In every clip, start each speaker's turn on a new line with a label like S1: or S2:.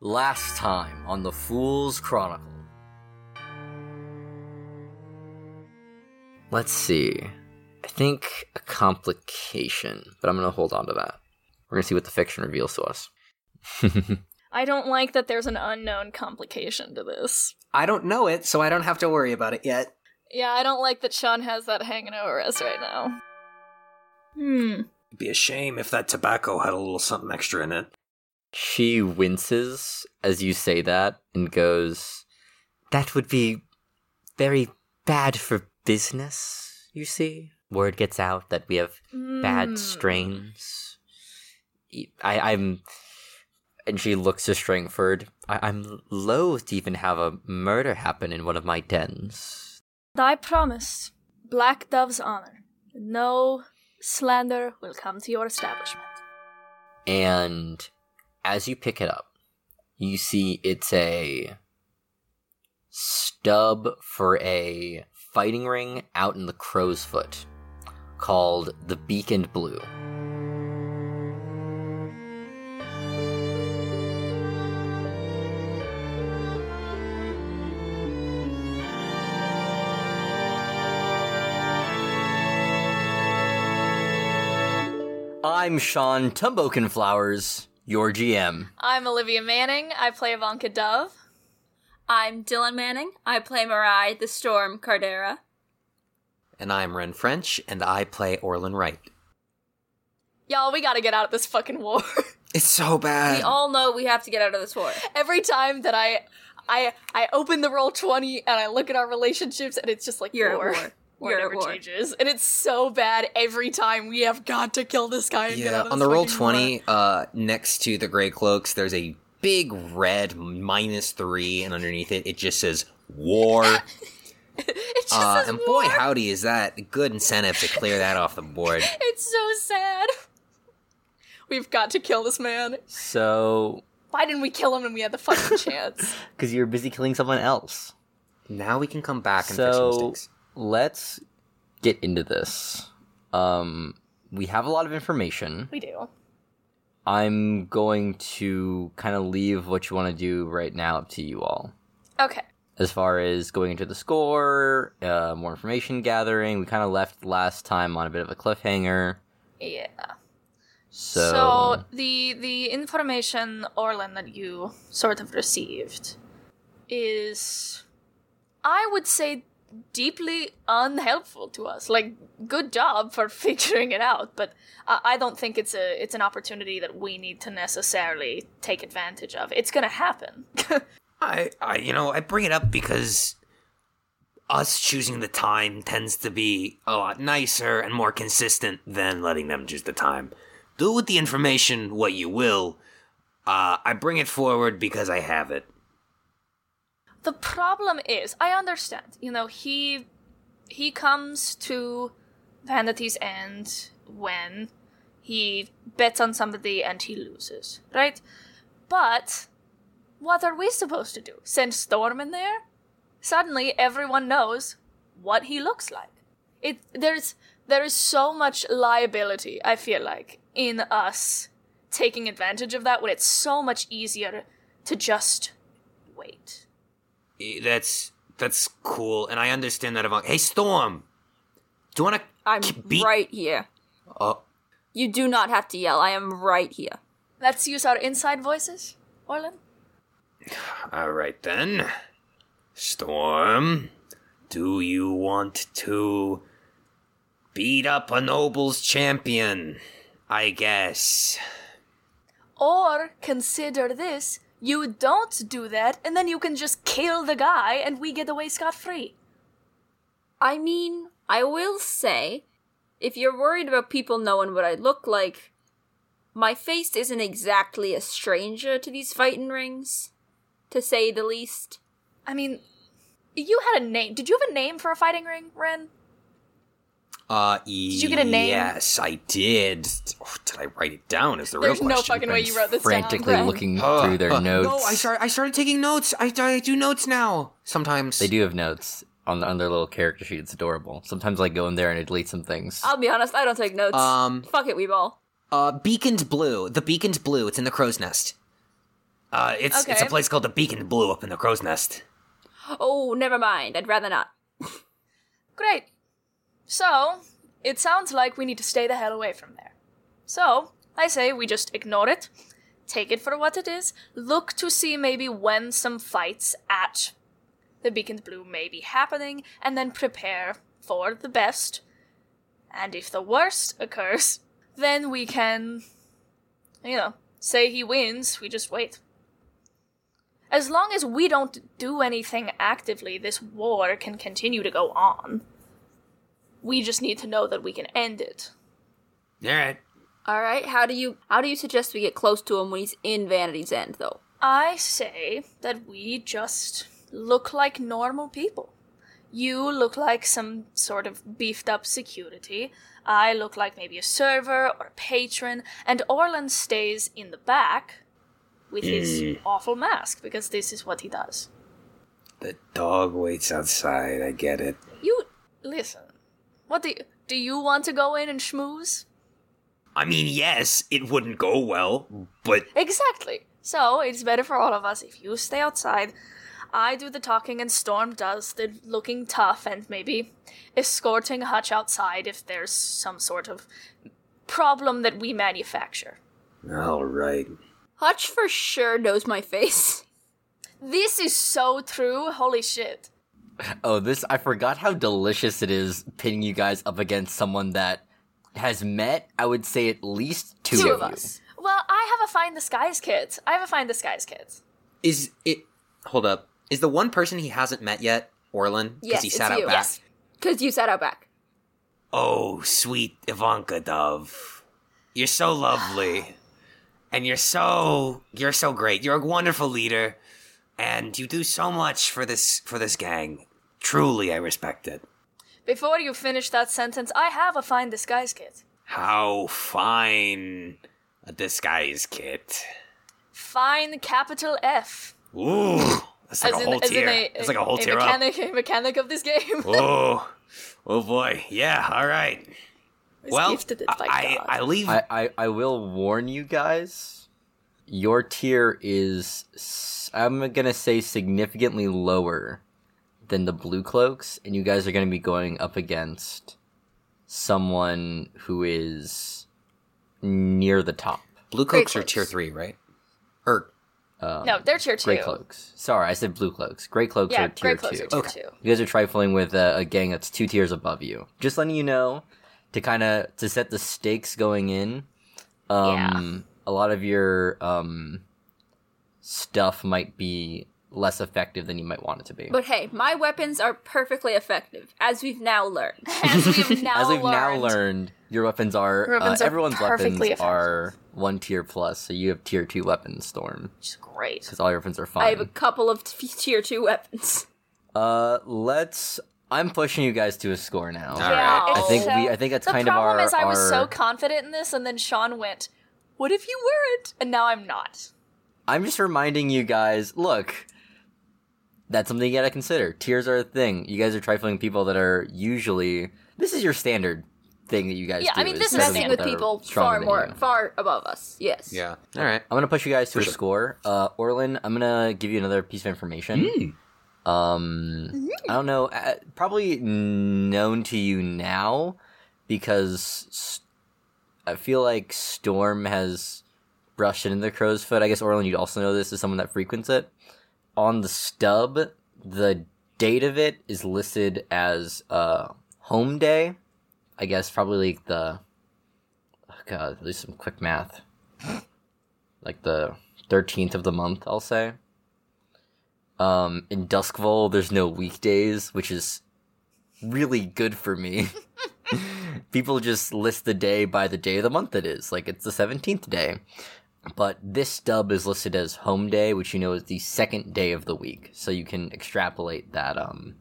S1: Last time on the Fool's Chronicle. Let's see. I think a complication, but I'm going to hold on to that. We're going to see what the fiction reveals to us.
S2: I don't like that there's an unknown complication to this.
S3: I don't know it, so I don't have to worry about it yet.
S2: Yeah, I don't like that Sean has that hanging over us right now. Hmm.
S3: It'd be a shame if that tobacco had a little something extra in it.
S1: She winces as you say that and goes, That would be very bad for business, you see? Word gets out that we have
S2: Mm.
S1: bad strains. E, I, I'm. And she looks to Stringford. I, I'm loath to even have a murder happen in one of my dens.
S2: Thy promise, Black Dove's honor. No slander will come to your establishment.
S1: And as you pick it up, you see it's a stub for a fighting ring out in the crow's foot called the Beaconed Blue. I'm Sean Tumbokin Flowers, your GM.
S2: I'm Olivia Manning. I play Ivanka Dove.
S4: I'm Dylan Manning. I play Marai the Storm Cardera.
S5: And I'm Ren French, and I play Orlin Wright.
S2: Y'all, we gotta get out of this fucking war.
S3: It's so bad.
S4: We
S5: Um,
S4: all know we have to get out of this war.
S2: Every time that I, I, I open the roll twenty and I look at our relationships, and it's just like
S4: You're
S2: war.
S4: at war.
S2: War
S4: You're
S2: never
S4: at war.
S2: changes, and it's so bad every time. We have got to kill this guy. And get
S5: Yeah,
S2: out of
S5: on
S2: this
S5: the roll
S2: fucking war.
S5: 20, uh, next to the gray cloaks, there's a big red minus three, and underneath it, it just says war.
S2: It just
S5: uh,
S2: says
S5: and
S2: war.
S5: boy, howdy, is that good incentive to clear that off the board.
S2: It's so sad. We've got to kill this man.
S1: So,
S2: Why didn't we kill him when we had the fucking chance?
S1: because you were busy killing someone else.
S5: Now we can come back and fix
S1: so
S5: mistakes.
S1: let's get into this. Um, we have a lot of information.
S2: We do.
S1: I'm going to kind of leave what you want to do right now up to you all.
S2: Okay.
S1: As far as going into the score, uh, more information gathering, we kind of left last time on a bit of a cliffhanger.
S2: Yeah.
S1: So,
S2: the the information Orlan that you sort of received is I would say deeply unhelpful to us. Like good job for figuring it out, but I, I don't think it's a it's an opportunity that we need to necessarily take advantage of. It's gonna happen.
S3: I, I, you know, I bring it up because us choosing the time tends to be a lot nicer and more consistent than letting them choose the time. Do with the information what you will. Uh, I bring it forward because I have it.
S2: the problem is i understand you know he he comes to vanity's end when he bets on somebody and he loses right but what are we supposed to do send storm in there suddenly everyone knows what he looks like it there's there is so much liability i feel like in us taking advantage of that when it's so much easier to just wait
S3: Eh, That's that's cool, and I understand that. Avant- hey, Storm, do you want to?
S4: I'm
S3: beat-
S4: right here.
S3: Oh,
S4: You do not have to yell. I am right here.
S2: Let's use our inside voices, Orlin.
S3: all right then. Storm, do you want to beat up a noble's champion? I guess.
S2: Or consider this you don't do that, and then you can just kill the guy and we get away scot free.
S4: I mean, I will say, if you're worried about people knowing what I look like, my face isn't exactly a stranger to these fighting rings, to say the least.
S2: I mean, you had a name. Did you have a name for a fighting ring, Ren?
S5: Uh,
S2: Did you get a name?
S3: Yes, I did. Oh, did I write it down? Is the
S2: There's
S3: real
S2: no
S3: question.
S2: fucking way you wrote this
S1: frantically
S2: down.
S1: looking
S3: Uh,
S1: through their
S3: uh,
S1: notes.
S5: No, I, start, I started taking notes. I, I do notes now. Sometimes.
S1: They do have notes on, on their little character sheet. It's adorable. Sometimes I go in there and I delete some things.
S4: I'll be honest, I don't take notes.
S5: Um,
S4: Fuck it, Weeball.
S5: Uh, Beaconed Blue. The Beaconed Blue. It's in the crow's nest.
S3: Uh, it's it's a
S2: Okay.
S3: place called the Beacon Blue up in the Crow's Nest.
S4: Oh, never mind. I'd rather not.
S2: Great. So, it sounds like we need to stay the hell away from there. So, I say we just ignore it, take it for what it is, look to see maybe when some fights at the Beacon Blue may be happening, and then prepare for the best. And if the worst occurs, then we can, you know, say he wins, we just wait. As long as we don't do anything actively, this war can continue to go on. We just need to know that we can end it.
S3: All right.
S4: All right. How do you how do you suggest we get close to him when he's in Vanity's End, though?
S2: I say that we just look like normal people. You look like some sort of beefed up security. I look like maybe a server or a patron, and Orland stays in the back with his awful mask because this is what he does.
S3: The dog waits outside. I get it.
S4: You
S2: Listen, what do you, do you want to go in and schmooze?
S3: I mean, yes, it wouldn't go well, but
S2: Exactly. So it's better for all of us if you stay outside. I do the talking and Storm does the looking tough and maybe escorting Hutch outside if there's some sort of problem that we manufacture.
S3: all right.
S4: Hutch for sure knows my face.
S2: This is so true. Holy shit.
S1: Oh, this I forgot how delicious it is pinning you guys up against someone that has met, I would say at least two,
S2: Two
S1: of
S2: of
S1: you.
S2: us. Well, I have a Find the Skies kit. I have a Find the Skies kit.
S5: Is it? Hold up. Is the one person he hasn't met yet Orlin?
S4: Yes,
S5: he
S4: it's
S5: sat out
S4: you.
S5: back.
S4: Yes. Cause you sat out back.
S3: Oh, sweet Ivanka Dove. You're so lovely. And you're so you're so great. You're a wonderful leader. And you do so much for this for this gang. Truly I respect it.
S2: Before you finish that sentence, I have a Find the Skies kit.
S3: How fine a disguise kit.
S2: Fine capital F.
S3: Ooh. That's like a whole tier. That's like a whole tier up.
S2: mechanic, a mechanic of this game.
S3: Oh. Oh boy. Yeah, alright.
S2: Is
S3: well,
S2: gifted it by
S3: I,
S2: God.
S3: I, I leave
S1: I, I, I will warn you guys. Your tier is, s- I'm gonna say, significantly lower than the blue cloaks, and you guys are gonna be going up against someone who is near the top.
S5: Blue
S4: Great
S5: cloaks are
S4: cloaks.
S5: tier three, right? Or
S1: um,
S2: no, they're tier two.
S1: Gray cloaks. Sorry, I said blue cloaks. Gray cloaks
S2: Yeah,
S1: are tier
S2: gray cloaks
S1: two.
S2: are tier two.
S1: You guys are trifling with a, a gang that's two tiers above you. Just letting you know to kind of to set the stakes going in. Um, A lot of your um stuff might be less effective than you might want it to be.
S4: But hey, my weapons are perfectly effective, as we've now learned.
S2: As we've now
S1: As we've
S2: learned,
S1: now learned, your weapons are,
S2: Your weapons
S1: uh,
S2: are
S1: everyone's weapons
S2: perfectly effective.
S1: are one tier plus, so you have tier two weapons storm
S2: which is great.
S1: because all your weapons are fine.
S4: I have a couple of t- tier two weapons.
S1: Uh, let's. I'm pushing you guys to a score now.
S2: Yeah,
S1: I think
S2: it's-
S1: we. I think that's
S2: Oh, the
S1: kind of
S2: problem
S1: our.
S2: is I was
S1: our-
S2: so confident in this, and then Sean went, "What if you weren't?" And now I'm not.
S1: I'm just reminding you guys. Look, that's something you gotta consider. Tears are a thing. You guys are trifling people that are usually. This is your standard thing that you guys
S2: Yeah,
S1: do.
S2: I mean, this is
S1: better
S4: Messing
S1: than-
S4: with
S1: better-
S4: people
S1: stronger
S4: far
S1: than
S4: more,
S1: you.
S4: far above us. Yes.
S5: yeah. All right.
S1: I'm gonna push you guys to a
S5: sure.
S1: score. Uh, Orlin, I'm gonna give you another piece of information. Um, I don't know, uh, probably known to you now because s- I feel like Storm has brushed it into the crow's foot. I guess Orlin, you'd also know this as someone that frequents it. On the stub, the date of it is listed as uh home day. I guess probably like the oh god, do some quick math like the 13th of the month, I'll say. Um, in Duskville, there's no weekdays, which is really good for me. People just list the day by the day of the month it is. Like, it's the 17th day. But this stub is listed as home day, which you know is the second day of the week. So you can extrapolate that, um,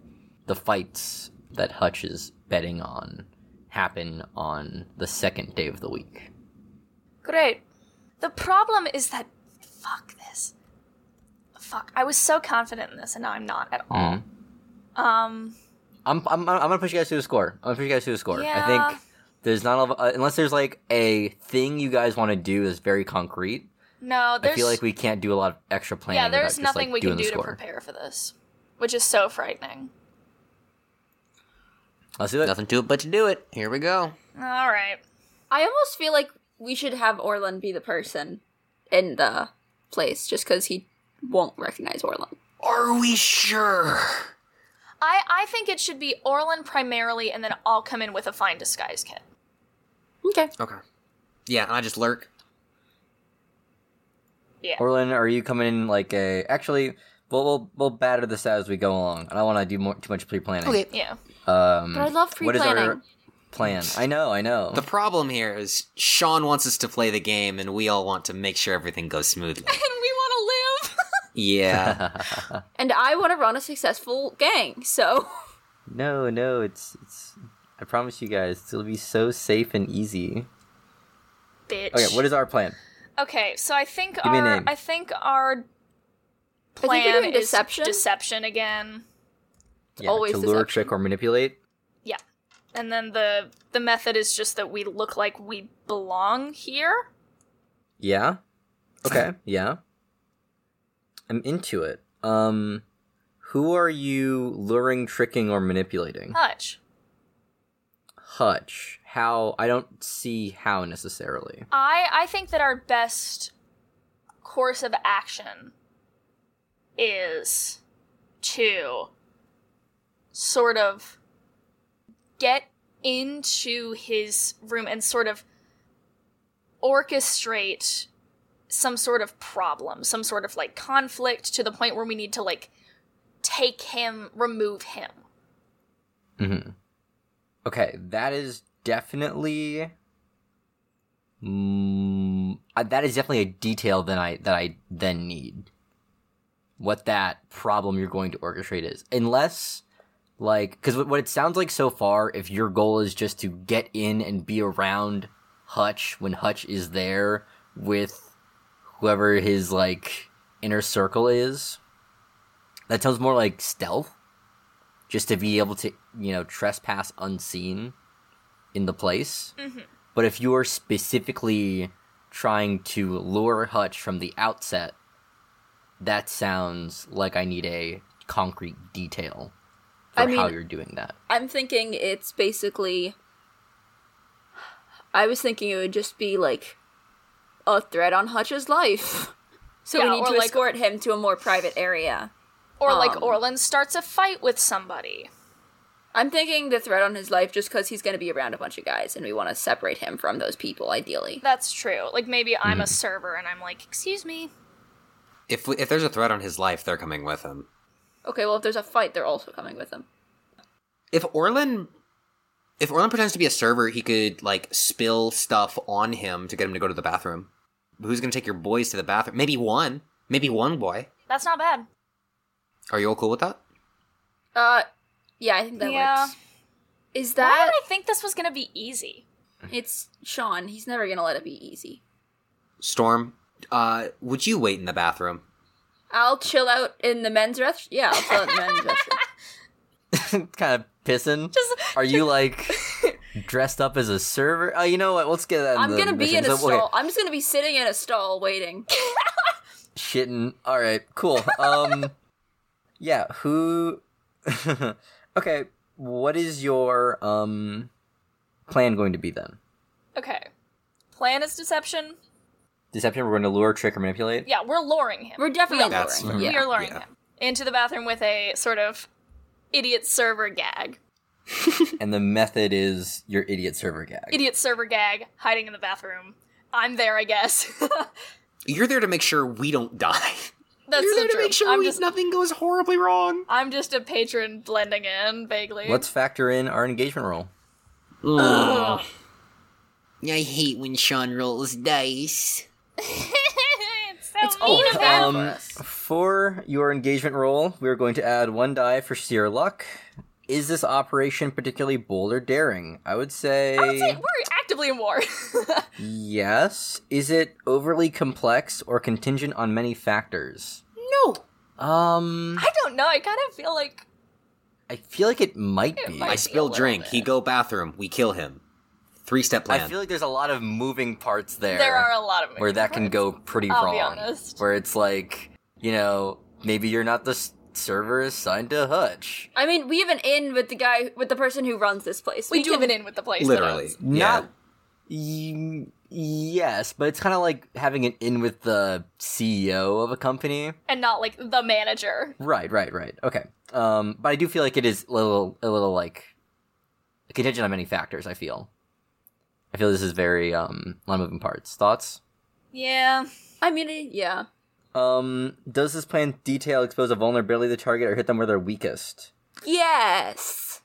S1: the fights that Hutch is betting on happen on the second day of the week.
S2: Great. The problem is that fuck this. Fuck. I was so confident in this, and now I'm not at all.
S1: Mm.
S2: Um.
S1: I'm, I'm, I'm gonna push you guys to a score. I'm gonna push you guys to a score. I
S2: Yeah.
S1: think there's not a, uh, unless there's like a thing you guys want to do that's very concrete.
S2: No,
S1: I
S2: there's
S1: feel like we can't do a lot of extra planning.
S2: yeah,
S1: without
S2: there's
S1: just,
S2: nothing
S1: like,
S2: we
S1: doing
S2: can
S1: the
S2: do to
S1: score.
S2: prepare for this, which is so frightening.
S1: Let's do it.
S5: Nothing to it but to do it. Here we go.
S2: All right,
S4: I almost feel like we should have Orlin be the person in the place just because he won't recognize Orlin.
S3: Are we sure?
S2: I I think it should be Orlin primarily, and then I'll come in with a fine disguise kit.
S4: Okay.
S5: Okay. Yeah, and I just lurk.
S2: Yeah.
S1: Orlin, are you coming in like a? Actually, we'll we'll, we'll batter this out as we go along. I don't want to do more, too much pre planning.
S5: Okay.
S2: yeah.
S1: Um,
S4: But I love
S1: What is our
S4: pre-planning.
S1: plan? I know, I know.
S5: The problem here is Sean wants us to play the game, and we all want to make sure everything goes smoothly.
S4: And we want to live.
S5: yeah.
S4: and I want to run a successful gang, so.
S1: no, no, it's it's. I promise you guys, it'll be so safe and easy.
S2: Bitch.
S1: Okay, what is our plan?
S2: Okay, so I think
S1: me a
S2: our
S1: name.
S2: I think our
S4: we're
S2: plan
S4: doing
S2: is
S4: deception.
S2: deception again.
S1: Yeah,
S4: always
S1: to lure,
S4: deception.
S1: trick, or manipulate.
S2: Yeah. And then the the method is just that we look like we belong here.
S1: Yeah. Okay. Yeah. I'm into it. Um, who are you luring, tricking, or manipulating?
S2: Hutch.
S1: Hutch. How? I don't see how necessarily.
S2: I I think that our best course of action is to sort of get into his room and sort of orchestrate some sort of problem, some sort of like conflict to the point where we need to like take him, remove him.
S1: Mm-hmm. Okay, that is definitely. Mm, uh, that is definitely a detail that I that I then need. What that problem you're going to orchestrate is, unless, like, because what it sounds like so far, if your goal is just to get in and be around Hutch when Hutch is there with whoever his like inner circle is, that sounds more like stealth just to be able to you know trespass unseen in the place
S4: Mm-hmm.
S1: but if you're specifically trying to lure hutch from the outset that sounds like i need a concrete detail for
S4: I mean-
S1: how you're doing that
S4: I'm thinking it's basically. I was thinking it would just be like a threat on Hutch's life. So
S2: Yeah,
S4: we need
S2: or
S4: to
S2: like-
S4: escort him to a more private area.
S2: Or like
S4: Um.
S2: Orlin starts a fight with somebody.
S4: I'm thinking the threat on his life just because he's going to be around a bunch of guys and we want to separate him from those people, ideally.
S2: That's true. Like maybe I'm a server and I'm like, "Excuse me,
S5: If we, if there's a threat on his life, they're coming with him.
S4: Okay, well, if there's a fight, they're also coming with him.
S5: If Orlin, if Orlin pretends to be a server, he could like spill stuff on him to get him to go to the bathroom. Who's gonna take your boys to the bathroom? Maybe one. Maybe one boy.
S2: That's not bad.
S5: Are you all cool with that?
S4: Uh, yeah, I think that
S2: Yeah.
S4: works. Is
S2: Why
S4: that.
S2: did I think this was gonna be easy?
S4: It's Sean. He's never going to let it be easy.
S5: Storm, uh, would you wait in the bathroom?
S4: I'll chill out in the men's restroom. Yeah, I'll chill out in the men's restroom.
S1: kind of pissing are you like dressed up as a server oh you know what let's get that in
S4: I'm
S1: the
S4: gonna be in
S1: mission.
S4: a
S1: So, okay,
S4: stall. I'm just gonna be sitting in a stall waiting.
S1: shitting. All right, cool. Um, yeah. Who? okay. What is your um plan going to be then?
S2: Okay. Plan is deception.
S1: Deception. We're going to lure, trick, or manipulate.
S2: Yeah, we're luring him.
S4: We're definitely
S5: That's-
S4: luring.
S2: We are
S4: Yeah.
S2: luring
S5: yeah.
S2: him into the bathroom with a sort of idiot server gag.
S1: And the method is your idiot server gag.
S2: Idiot server gag, hiding in the bathroom. I'm there, I guess.
S5: You're there to make sure we don't die.
S2: That's
S5: You're
S2: the
S5: there to
S2: truth.
S5: make sure
S2: I'm
S5: we,
S2: just
S5: nothing goes horribly wrong.
S2: I'm just a patron blending in vaguely.
S1: Let's factor in our engagement roll.
S2: Ugh.
S5: I hate when Sean rolls dice.
S2: it's so
S4: It's
S2: mean
S4: all
S2: of him.
S4: bad
S1: Um,
S4: for us.
S1: For your engagement roll, we are going to add one die for sheer luck. Is this operation particularly bold or daring? I would say.
S2: I would say we're actively in war.
S1: Yes. Is it overly complex or contingent on many factors?
S2: no.
S1: Um,
S2: I don't know. I kind of feel like
S1: I feel like it might be.
S2: might
S5: I
S2: be a
S5: spill
S2: little
S5: drink.
S2: bit.
S5: He go bathroom. We kill him. Three step plan.
S1: I feel like there's a lot of moving parts there.
S2: There are a lot of moving
S1: where that can
S2: parts.
S1: go pretty
S2: I'll
S1: wrong.
S2: be honest.
S1: Where it's like, you know, maybe you're not the s- server assigned to Hutch.
S4: I mean, we have an in with the guy with the person who runs this place.
S2: We, do
S4: can,
S2: have it in with the place. that
S5: Literally.
S2: owns-
S1: Not. Y- yes, but it's kind of like having an in with the CEO of a company.
S2: and not like the manager.
S1: Right, right, right. Okay. Um, but I do feel like it is a little, a little like contingent on many factors. I feel. I feel this is very um, a lot of moving parts. Thoughts?
S2: Yeah.
S4: I mean, eh, yeah.
S1: Um, does this plan detail expose a vulnerability of the target or hit them where they're weakest?
S4: Yes.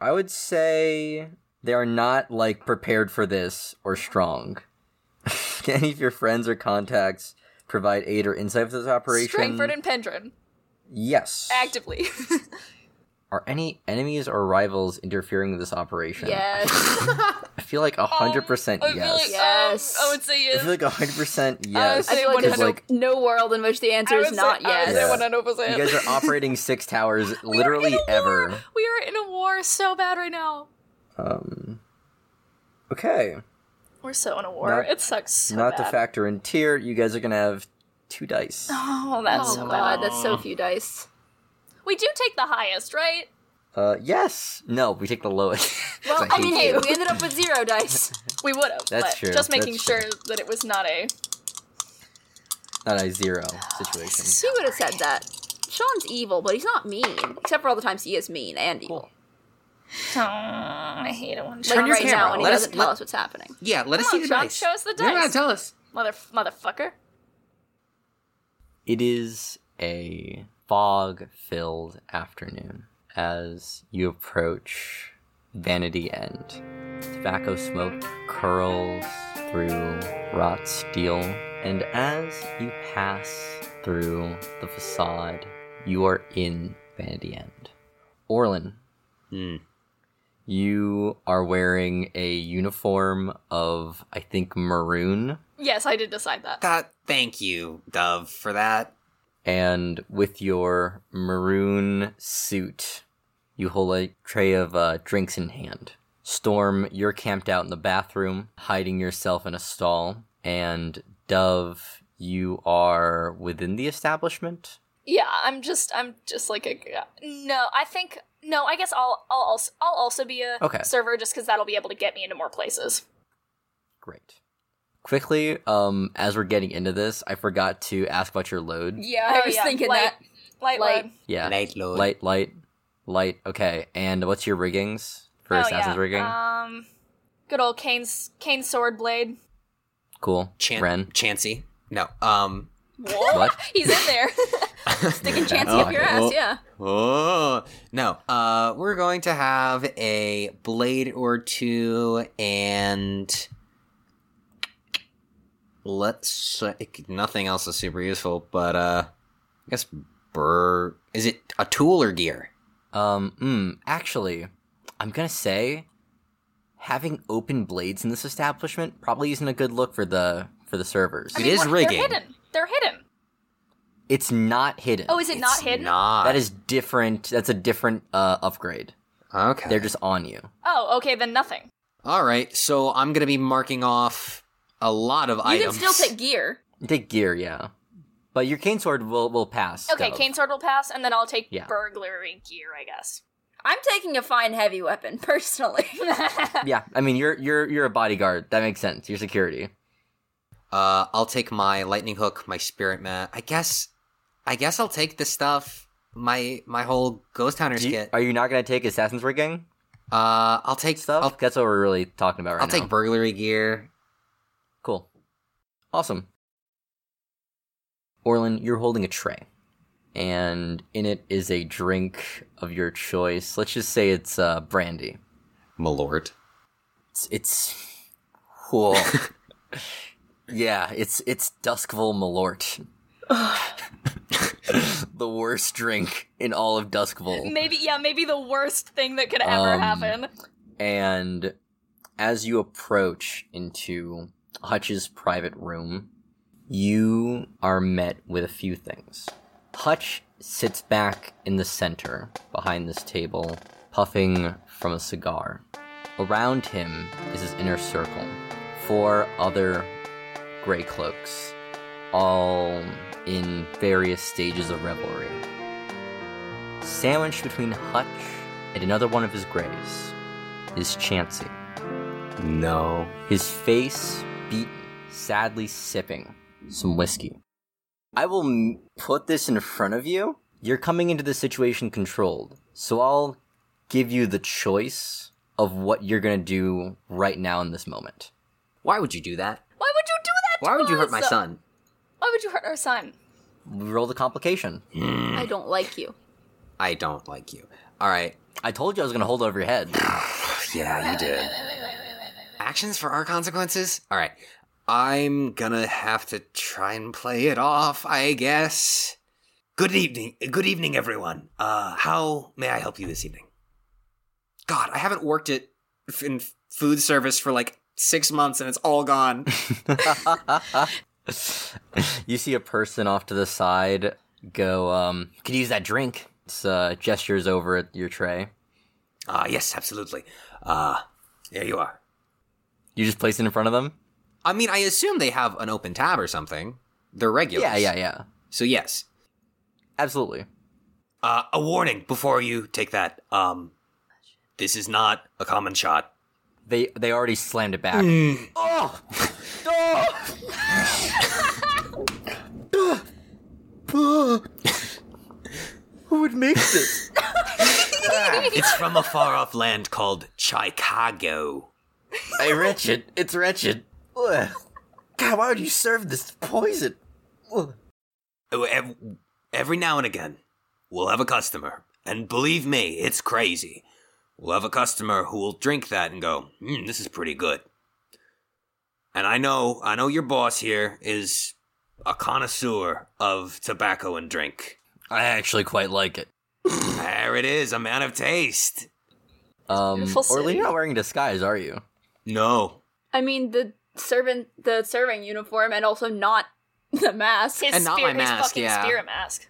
S1: I would say they are not like prepared for this or strong. Can any of your friends or contacts provide aid or insight for this operation?
S2: Stringford and Pendrin.
S1: yes.
S2: Actively.
S1: Are any enemies or rivals interfering with this operation?
S4: Yes.
S1: I feel like hundred percent
S2: I feel
S1: yes.
S2: like, um,
S4: Yes.
S2: I would say
S1: I
S2: yes.
S1: feel like hundred percent yes.
S2: I feel
S4: I feel
S2: like
S4: like
S1: Because,
S2: there's
S4: there's
S2: no-
S1: like
S4: no world in which the answer
S2: I
S4: is
S2: would
S4: not
S2: say, I would
S4: yes.
S2: say
S1: Yeah. you
S2: 100%.
S1: guys are operating six towers literally
S2: in a
S1: ever.
S2: We are in a war so bad right now.
S1: Um, okay.
S2: We're so in a war.
S1: Not-
S2: it sucks so
S1: Not
S2: bad.
S1: to factor in tier, you guys are gonna have two dice.
S2: Oh, that's
S4: Oh
S2: so bad.
S4: god, that's so few dice.
S2: We do take the highest, right?
S1: Uh, yes. No, we take the lowest.
S4: Well,
S1: I
S4: I
S1: hate
S4: mean,
S1: you.
S4: hey, we ended up with zero dice.
S2: We would have.
S1: That's
S2: but
S1: true,
S2: Just making
S1: that's
S2: sure
S1: true.
S2: that it was not a.
S1: Not a zero situation.
S4: He would have said that. Sean's evil, but he's not mean. Except for all the times he is mean and evil.
S2: Oh, I hate it when
S4: Like
S2: Sean
S5: your
S4: right
S2: writes
S5: camera.
S4: now, when he
S5: Let us-
S4: doesn't tell
S5: let-
S4: us what's happening.
S5: yeah, let
S2: Come
S5: us see
S2: on,
S5: the
S2: Sean,
S5: dice.
S2: show us the
S5: You're gonna
S2: dice.
S5: tell us.
S2: Mother, motherfucker.
S1: It is a fog filled afternoon as you approach Vanity End. Tobacco smoke curls through wrought steel, and as you pass through the facade, you are in Vanity End. Orlin,
S3: Hmm.
S1: you are wearing a uniform of, I think, maroon.
S2: Yes, I did decide that.
S5: That, thank you, Dove, for that.
S1: and with your maroon suit, you hold a tray of uh, drinks in hand. Storm, you're camped out in the bathroom, hiding yourself in a stall, and Dove, you are within the establishment.
S2: Yeah, I'm just, I'm just like a. No, I think no. I guess I'll, I'll also, I'll also be a
S1: Okay.
S2: server just because that'll be able to get me into more places.
S1: Great. Quickly, um, as we're getting into this, I forgot to ask about your load.
S4: Yeah,
S2: Oh, yeah, light, Light,
S4: Light.
S2: load.
S1: Yeah,
S5: Light load.
S1: light, light, light. Okay, and what's your riggings for
S2: oh,
S1: Assassin's
S2: yeah.
S1: rigging?
S2: Um, good old Kane's Kane's sword blade.
S1: cool.
S5: Chan-
S1: Ren.
S5: Chancy. No. Um.
S1: What?
S2: He's in there.
S4: Sticking chancy
S5: Oh,
S4: up your
S5: okay.
S4: ass,
S5: Well-
S4: yeah.
S5: Oh no. Uh, we're going to have a blade or two, and let's say nothing else is super useful. But uh, I guess burr is it a tool or gear?
S1: Um, mm, actually, I'm gonna say having open blades in this establishment probably isn't a good look for the for the servers.
S5: It is
S2: what-
S5: rigging.
S2: They're hidden. They're hidden.
S1: It's not hidden.
S2: Oh, is it not
S5: It's
S2: hidden?
S5: Not.
S1: that is different. That's a different uh, upgrade.
S5: okay.
S1: They're just on you.
S2: Oh, okay, then nothing.
S5: All right. So I'm gonna be marking off a lot of
S4: You
S5: items.
S4: can still take gear.
S1: Take gear, yeah. But your cane sword will will pass.
S2: Okay,
S1: Dove.
S2: Kane's sword will pass, and then I'll take
S1: Yeah.
S2: burglary gear, I guess.
S4: I'm taking a fine heavy weapon, personally.
S1: Yeah, I mean you're you're you're a bodyguard. That makes sense. You're security.
S5: Uh, I'll take my lightning hook, my spirit mat. I guess, I guess I'll take the stuff. My my whole ghost hunters
S1: Do you-
S5: kit.
S1: are you not gonna take assassin's rig gang
S5: Uh, I'll take
S1: stuff?
S5: I'll,
S1: That's what we're really talking about right
S5: I'll
S1: now.
S5: take burglary gear.
S1: Cool. Awesome. Orlin, you're holding a tray, and in it is a drink of your choice. Let's just say it's uh, brandy.
S5: Malort.
S1: It's, it's cool. yeah, it's it's Duskville Malort. the worst drink in all of Duskville.
S2: Maybe, yeah, maybe the worst thing that could ever
S1: Um,
S2: happen.
S1: And as you approach into Hutch's private room, you are met with a few things. Hutch sits back in the center behind this table, puffing from a cigar. Around him is his inner circle, four other gray cloaks, all in various stages of revelry. Sandwiched between Hutch and another one of his greys is Chansey,
S5: No.
S1: his face beaten, sadly sipping some whiskey. I will m- put this in front of you. You're coming into the situation controlled, so I'll give you the choice of what you're gonna do right now in this moment.
S5: Why would you do that?
S2: Why would you do that?
S5: Why
S2: to
S5: would you hurt my
S2: us?
S5: son?
S2: Why would you hurt our son?
S1: Roll the complication.
S4: I don't like you.
S5: I don't like you. All right.
S1: I told you I was gonna hold it over your head.
S5: Yeah, you did. Actions for our consequences? All right. I'm gonna have to try and play it off, I guess.
S3: Good evening. Good evening, everyone. Uh, how may I help you this evening?
S5: God, I haven't worked it f- in food service for like six months and it's all gone.
S1: you see a person off to the side go, um, could use that drink. It's, uh, gestures over at your tray.
S3: Ah, yes, absolutely. Uh, there you are.
S1: You just place it in front of them?
S5: I mean, I assume they have an open tab or something. They're regulars.
S1: Yeah, yeah, yeah.
S5: So yes.
S1: Absolutely.
S3: Uh, a warning before you take that. Um, this is not a common shot.
S1: They they already slammed it back. Oh! Who would make this?
S3: it's from a far off land called Chicago.
S1: I wretched. It's wretched. Ugh. God, why would you serve this poison? Ugh.
S3: Oh, ev- Every now and again, we'll have a customer, and believe me, it's crazy. We'll have a customer who will drink that and go, mm, "This is pretty good." And I know, I know your boss here is a connoisseur of tobacco and drink.
S1: I actually quite like it.
S3: There it is, a man of taste.
S1: Um,
S2: beautiful
S1: Orly,
S2: city.
S1: you're not wearing a disguise, are you?
S3: No,
S4: I mean the servant the serving uniform and also not the mask.
S2: His
S5: And not my
S2: spear- his
S5: mask,
S2: fucking
S5: yeah.
S2: spirit mask.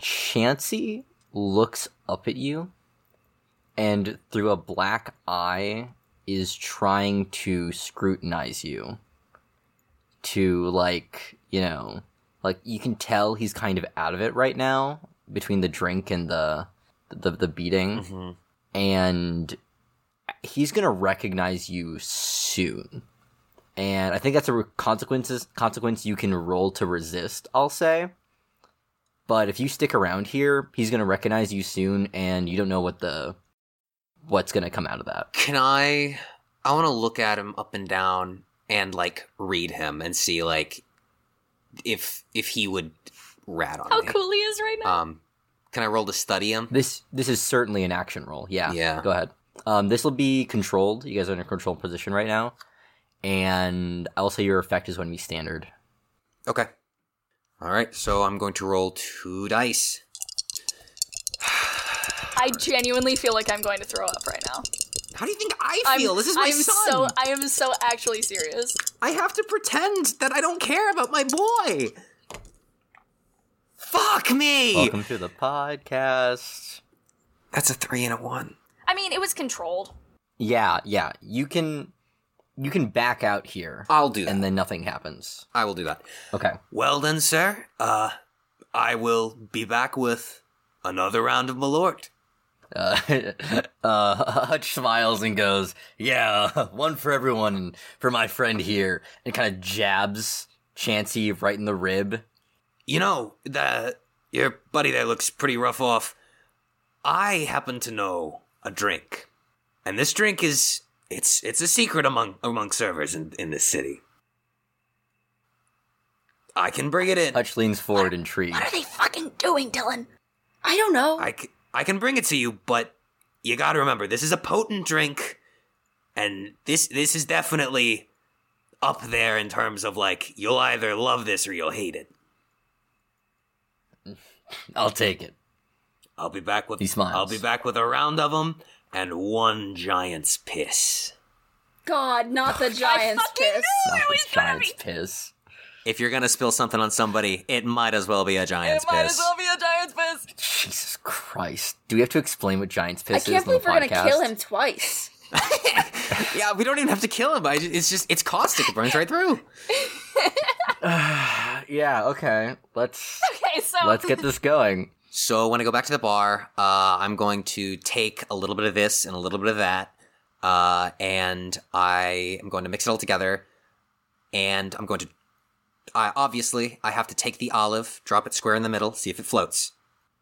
S1: Chansey looks up at you and through a black eye is trying to scrutinize you. To like, you know, like you can tell he's kind of out of it right now between the drink and the the the
S5: Mm-hmm.
S1: beating and he's going to recognize you soon. And I think that's a re- consequences consequence you can roll to resist, I'll say but if you stick around here he's going to recognize you soon and you don't know what the what's going to come out of that
S5: Can I I wanna look at him up and down and like read him and see like if if he would rat on
S2: How
S5: me.
S2: Oh, cool he is right now.
S5: Um can I roll to study him?
S1: this this is certainly an action roll yeah
S5: Yeah.
S1: go ahead um, this will be controlled you guys are in a controlled position right now and i'll say your effect is going to be standard
S5: Okay. All right, so I'm going to roll two dice.
S2: I genuinely feel like I'm going to throw up right now.
S5: How do you think I
S2: I'm,
S5: feel? this is my
S2: I'm
S5: son.
S2: so I am so actually serious.
S5: I have to pretend that I don't care about my boy. Fuck me.
S1: welcome to the podcast
S5: That's a three and a one.
S2: I mean, it was controlled.
S1: yeah yeah you can you can back out
S4: Oh,
S1: here
S5: I'll do that.
S1: and then nothing happens
S5: I will do that.
S1: okay
S3: Well then, sir, uh, I will be back with another round of Malort.
S1: Uh, uh, Hutch smiles and goes, "Yeah, one for everyone and for my friend here," and kind of jabs Chansey right in the rib.
S3: You know, the, your buddy there looks pretty rough off. I happen to know a drink. And this drink is it's it's a secret among among servers in, in this city. I can bring it in.
S1: Hutch leans forward intrigued.
S2: What are they fucking doing, Dylan?
S4: I don't know.
S3: I, c- I can bring it to you, but you got to remember this is a potent drink, and this this is definitely up there in terms of like you'll either love this or you'll hate it.
S1: I'll take it.
S3: I'll be back with
S1: He smiles.
S3: I'll be back with a round of them and one giant's piss.
S4: God, not the giant's
S2: fucking
S4: piss.
S1: Not the giant's piss.
S5: If you're gonna spill something on somebody, it might as well be a giant's
S2: it might
S5: piss.
S2: as well be a giant's piss.
S1: Jesus Christ! Do we have to explain what giant's
S4: I
S1: piss
S4: can't
S1: is on the
S4: believe we're
S1: podcast?
S4: gonna kill him twice.
S5: yeah, we don't even have to kill him. I ju- it's just it's caustic. It burns right through.
S1: yeah, okay. Let's
S2: Okay, so
S1: let's get this going.
S5: So when I go back to the bar, uh, I'm going to take a little bit of this and a little bit of that, uh, and I am going to mix it all together. And I'm going to, I obviously I have to take the olive, drop it square in the middle, see if it floats.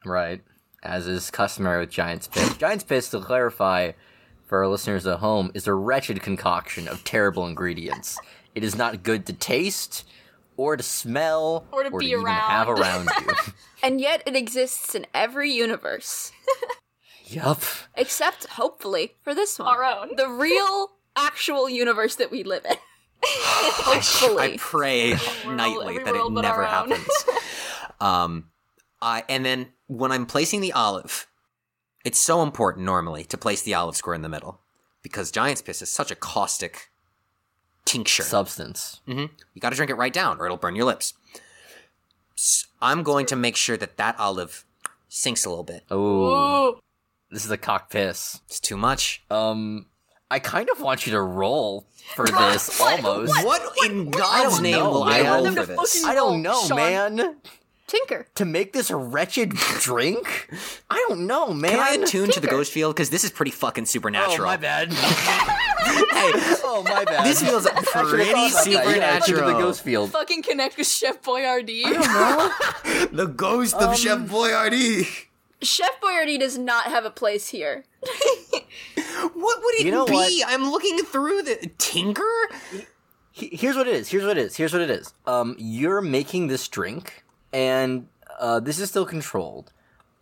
S1: Right. As is customary with Giant's Piss. Giant's Piss, to clarify for our listeners at home, is a wretched concoction of terrible ingredients. It is not good to taste, or to smell,
S2: Or to be
S1: even have around you.
S4: And yet it exists in every universe.
S1: yup.
S4: Except, hopefully, for this one.
S2: our own.
S4: The real, actual universe that we live in.
S5: I
S4: hopefully.
S5: pray nightly
S2: every
S5: that it
S2: world but
S5: never
S2: our own.
S5: happens. um, I and then when I'm placing the olive, it's so important normally to place the olive square in the middle because giant's piss is such a caustic tincture.
S1: Substance.
S5: hmm You got to drink it right down, or it'll burn your lips. S I'm going to make sure that that olive sinks a little bit.
S1: Oh,
S2: Ooh.
S1: this is a cock piss.
S5: It's too much.
S1: Um, I kind of want you to roll for this almost.
S5: What, in
S1: I
S5: God's
S1: don't
S5: name
S1: know,
S5: will
S1: man.
S5: I
S1: I
S5: roll
S1: want
S5: for
S4: them to
S5: this?
S4: fucking-
S1: I don't know,
S4: Sean.
S1: man.
S4: Tinker.
S1: To make this a wretched drink? I don't know, man.
S5: Can I attune to the ghost feel? Because this is pretty fucking supernatural.
S1: Oh, my bad.
S5: Hey,
S1: oh, my bad.
S5: this feels
S1: Should've thought about that.
S5: pretty
S1: Yeah, attune to the
S5: supernatural.
S1: ghost field.
S2: Fucking connect with Chef Boyardee.
S5: The ghost of Chef Boyardee.
S4: Chef Boyardee does not have a place here.
S5: What would it
S1: You know
S5: be?
S1: what?
S5: I'm looking through the Tinker.
S1: He- here's what it is. Here's what it is. Here's what it is. Um, you're making this drink, and uh, this is still controlled,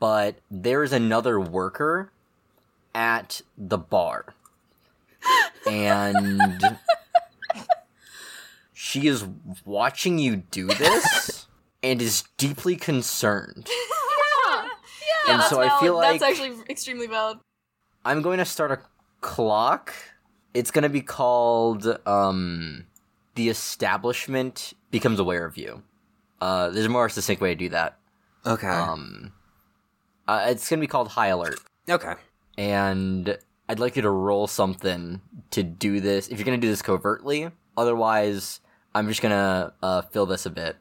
S1: but there is another worker at the bar, and she is watching you do this, and is deeply concerned. Yeah, and so I feel like
S2: that's actually extremely valid.
S1: I'm going to start a clock. It's going to be called um the establishment becomes aware of you. Uh there's a more succinct way to do that.
S5: Okay.
S1: Um uh, it's going to be called high alert
S5: okay.
S1: and I'd like you to roll something to do this. If you're going to do this covertly, otherwise I'm just going to uh fill this a bit.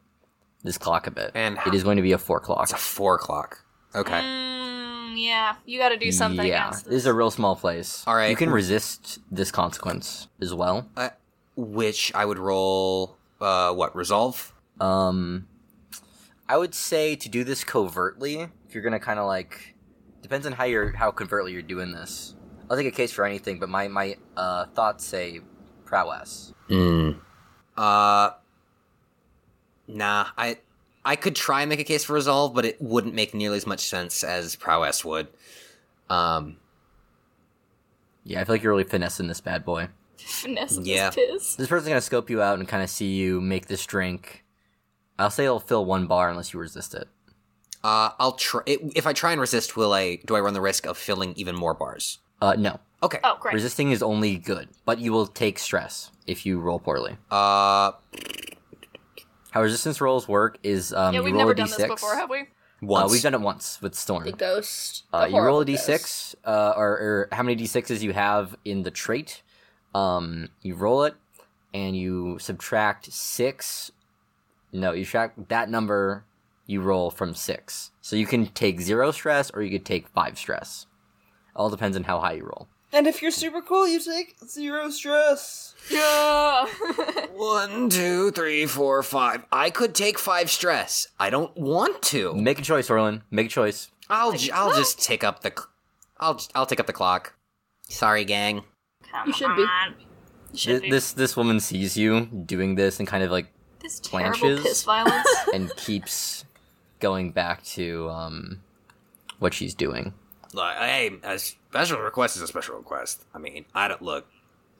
S1: This clock a bit.
S5: And
S1: it is going to be a 4 clock.
S5: It's a four o'clock. Okay.
S2: Mm, yeah, you got to do something
S1: yeah,
S2: against
S1: this is a real small place.
S5: All right.
S1: you can resist this consequence as well.
S5: Uh, which I would roll. Uh, what resolve?
S1: Um, I would say to do this covertly, if you're gonna kind of like, depends on how you're how covertly you're doing this. I'll take a case for anything, but my my uh, thoughts say prowess.
S5: Uh, nah. I I could try and make a case for resolve, but it wouldn't make nearly as much sense as prowess would. Um.
S1: Yeah, I feel like you're really finessing this bad boy.
S2: finesse of
S5: Yeah.
S2: this piss.
S1: This person's gonna scope you out and kind of see you make this drink. I'll say it'll fill one bar unless you resist it.
S5: Uh, I'll try. If I try and resist, will I? Do I run the risk of filling even more bars?
S1: Uh, no.
S5: Okay.
S2: Oh, great.
S1: Resisting is only good, but you will take stress if you roll poorly.
S5: Uh,
S1: How resistance rolls work is um,
S2: yeah,
S1: you
S2: we've
S1: roll
S2: never
S1: a d6.
S2: done this before, have we?
S1: Uh,
S5: once.
S1: we've done it once with Storm.
S4: The ghost.
S1: Uh,
S4: the
S1: you roll a
S4: horrible ghost.
S1: d6, uh, or, or how many d6s you have in the trait. Um, you roll it, and you subtract six. No, you subtract that number you roll from six. So you can take zero stress, or you could take five stress. All depends on how high you roll.
S6: And if you're super cool, you take zero stress.
S2: Yeah.
S5: One, two, three, four, five. I could take five stress. I don't want to.
S1: Make a choice, Orlin. Make a choice.
S5: I'll j- I'll just take up the. Cl- I'll j- I'll take up the clock. Sorry, gang.
S4: You should be.
S1: Th- this this woman sees you doing this and kind of like
S2: This terrible
S1: Blanches.
S2: piss violence.
S1: and keeps going back to um what she's doing.
S5: Like, hey, a special request is a special request. I mean, I don't look.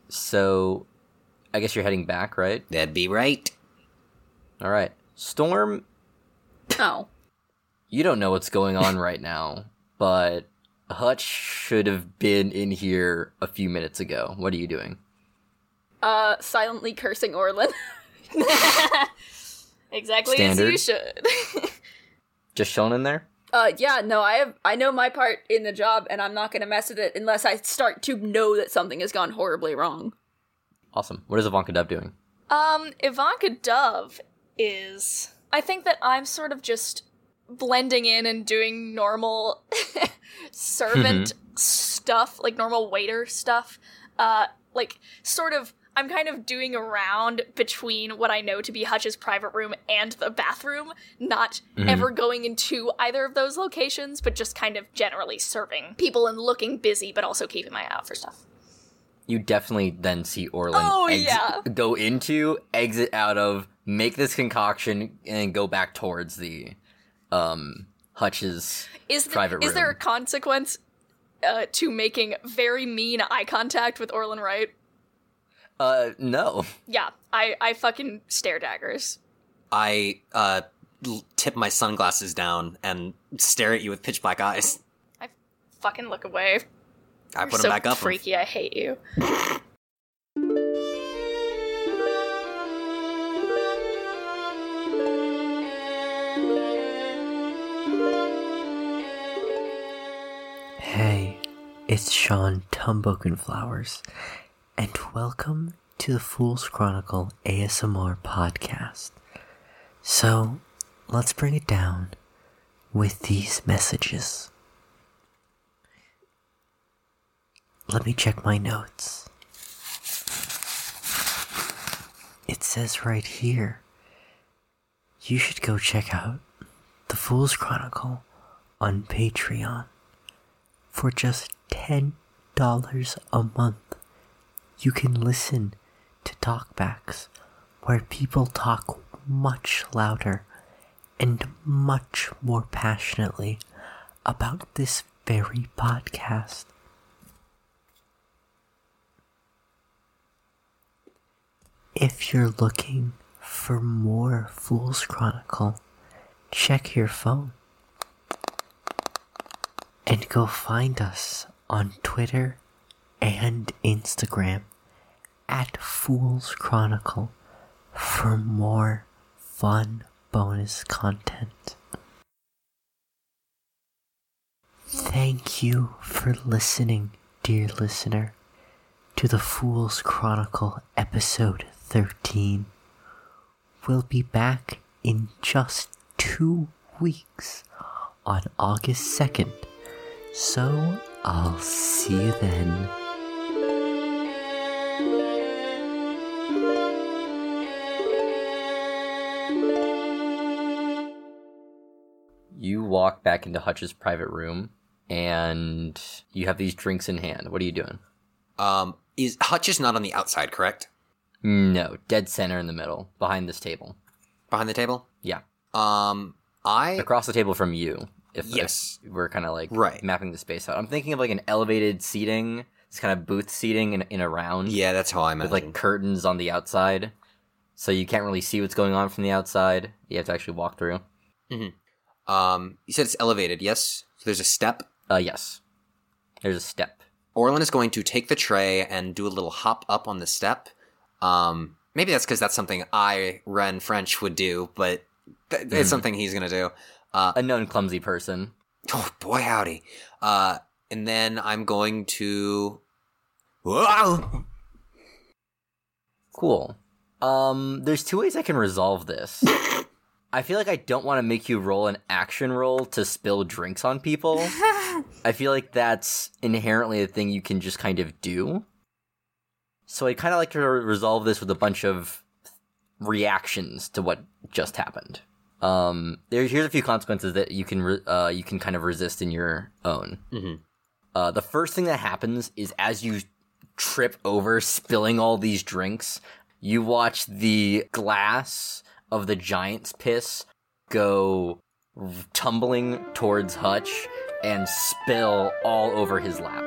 S1: So, I guess you're heading back, right?
S5: That'd be right.
S1: All right. Storm,
S4: Oh.
S1: you don't know what's going on right now, but Hutch should have been in here a few minutes ago. What are you doing?
S4: Uh, silently cursing Orlin.
S2: exactly
S1: Standard.
S2: as you should.
S1: Just chilling in there?
S4: Uh, yeah, no, I have, I know my part in the job, and I'm not gonna mess with it unless I start to know that something has gone horribly wrong.
S1: Awesome. What is Ivanka Dub doing?
S2: Um, Ivanka Dove is. I think that I'm sort of just blending in and doing normal servant stuff, like normal waiter stuff. Uh, like, sort of. I'm kind of doing around between what I know to be Hutch's private room and the bathroom, not ever going into either of those locations, but just kind of generally serving people and looking busy, but also keeping my eye out for stuff.
S1: You definitely then see Orlin
S2: Oh, yeah.
S1: go into, exit out of, make this concoction, and then go back towards the um Hutch's
S2: Is there,
S1: private
S2: is there a
S1: room.
S2: consequence uh, to making very mean eye contact with Orlin Wright?
S1: uh no.
S2: Yeah, I, I fucking stare daggers.
S5: I uh, l- tip my sunglasses down and stare at you with pitch black eyes.
S2: I fucking look away.
S5: I
S2: You're
S5: put them
S2: so
S5: back up.
S2: Freaky, I hate you.
S1: Hey, it's Sean Tumboken Flowers, and welcome to the Fool's Chronicle ASMR podcast. So, let's bring it down with these messages. Let me check my notes. It says right here you should go check out the Fool's Chronicle on Patreon for just $10 a month, you can listen to talkbacks where people talk much louder and much more passionately about this very podcast. If you're looking for more Fool's Chronicle, check your phone and go find us on Twitter and Instagram at Fool's Chronicle for more fun bonus content. Thank you for listening, dear listener, to the Fool's Chronicle episode 13. We'll be back in just two weeks on August 2nd. So uh, I'll see you then. You walk back into Hutch's private room and you have these drinks in hand. What are you doing?
S5: Um, is Hutch is not on the outside, correct?
S1: No, dead center in the middle, behind this table.
S5: Behind the table.
S1: Yeah.
S5: Um, I
S1: Across the table from you. If, if
S5: Yes.
S1: we're kind of like
S5: Right.
S1: mapping the space out. I'm thinking of like an elevated seating, it's kind of booth seating in, in a round.
S5: yeah, that's how I imagine.
S1: with like curtains on the outside, so you can't really see what's going on from the outside. You have to actually walk through.
S5: um, you said it's elevated. Yes, so there's a step.
S1: Uh, yes, there's a step.
S5: Orlin is going to take the tray and do a little hop up on the step. Um, maybe that's because that's something I, Ren French, would do, but th- it's something he's going to do. Uh,
S1: A known clumsy person.
S5: oh, boy, howdy. Uh, and then I'm going to. Whoa!
S1: Cool. Um, there's two ways I can resolve this. I feel like I don't want to make you roll an action roll to spill drinks on people. I feel like that's inherently a thing you can just kind of do. So I kind of like to resolve this with a bunch of reactions to what just happened. Um, there, here's a few consequences that you can re- uh, you can kind of resist in your own. Uh, the first thing that happens is as you trip over, spilling all these drinks, you watch the glass of the giant's piss go tumbling towards Hutch and spill all over his lap.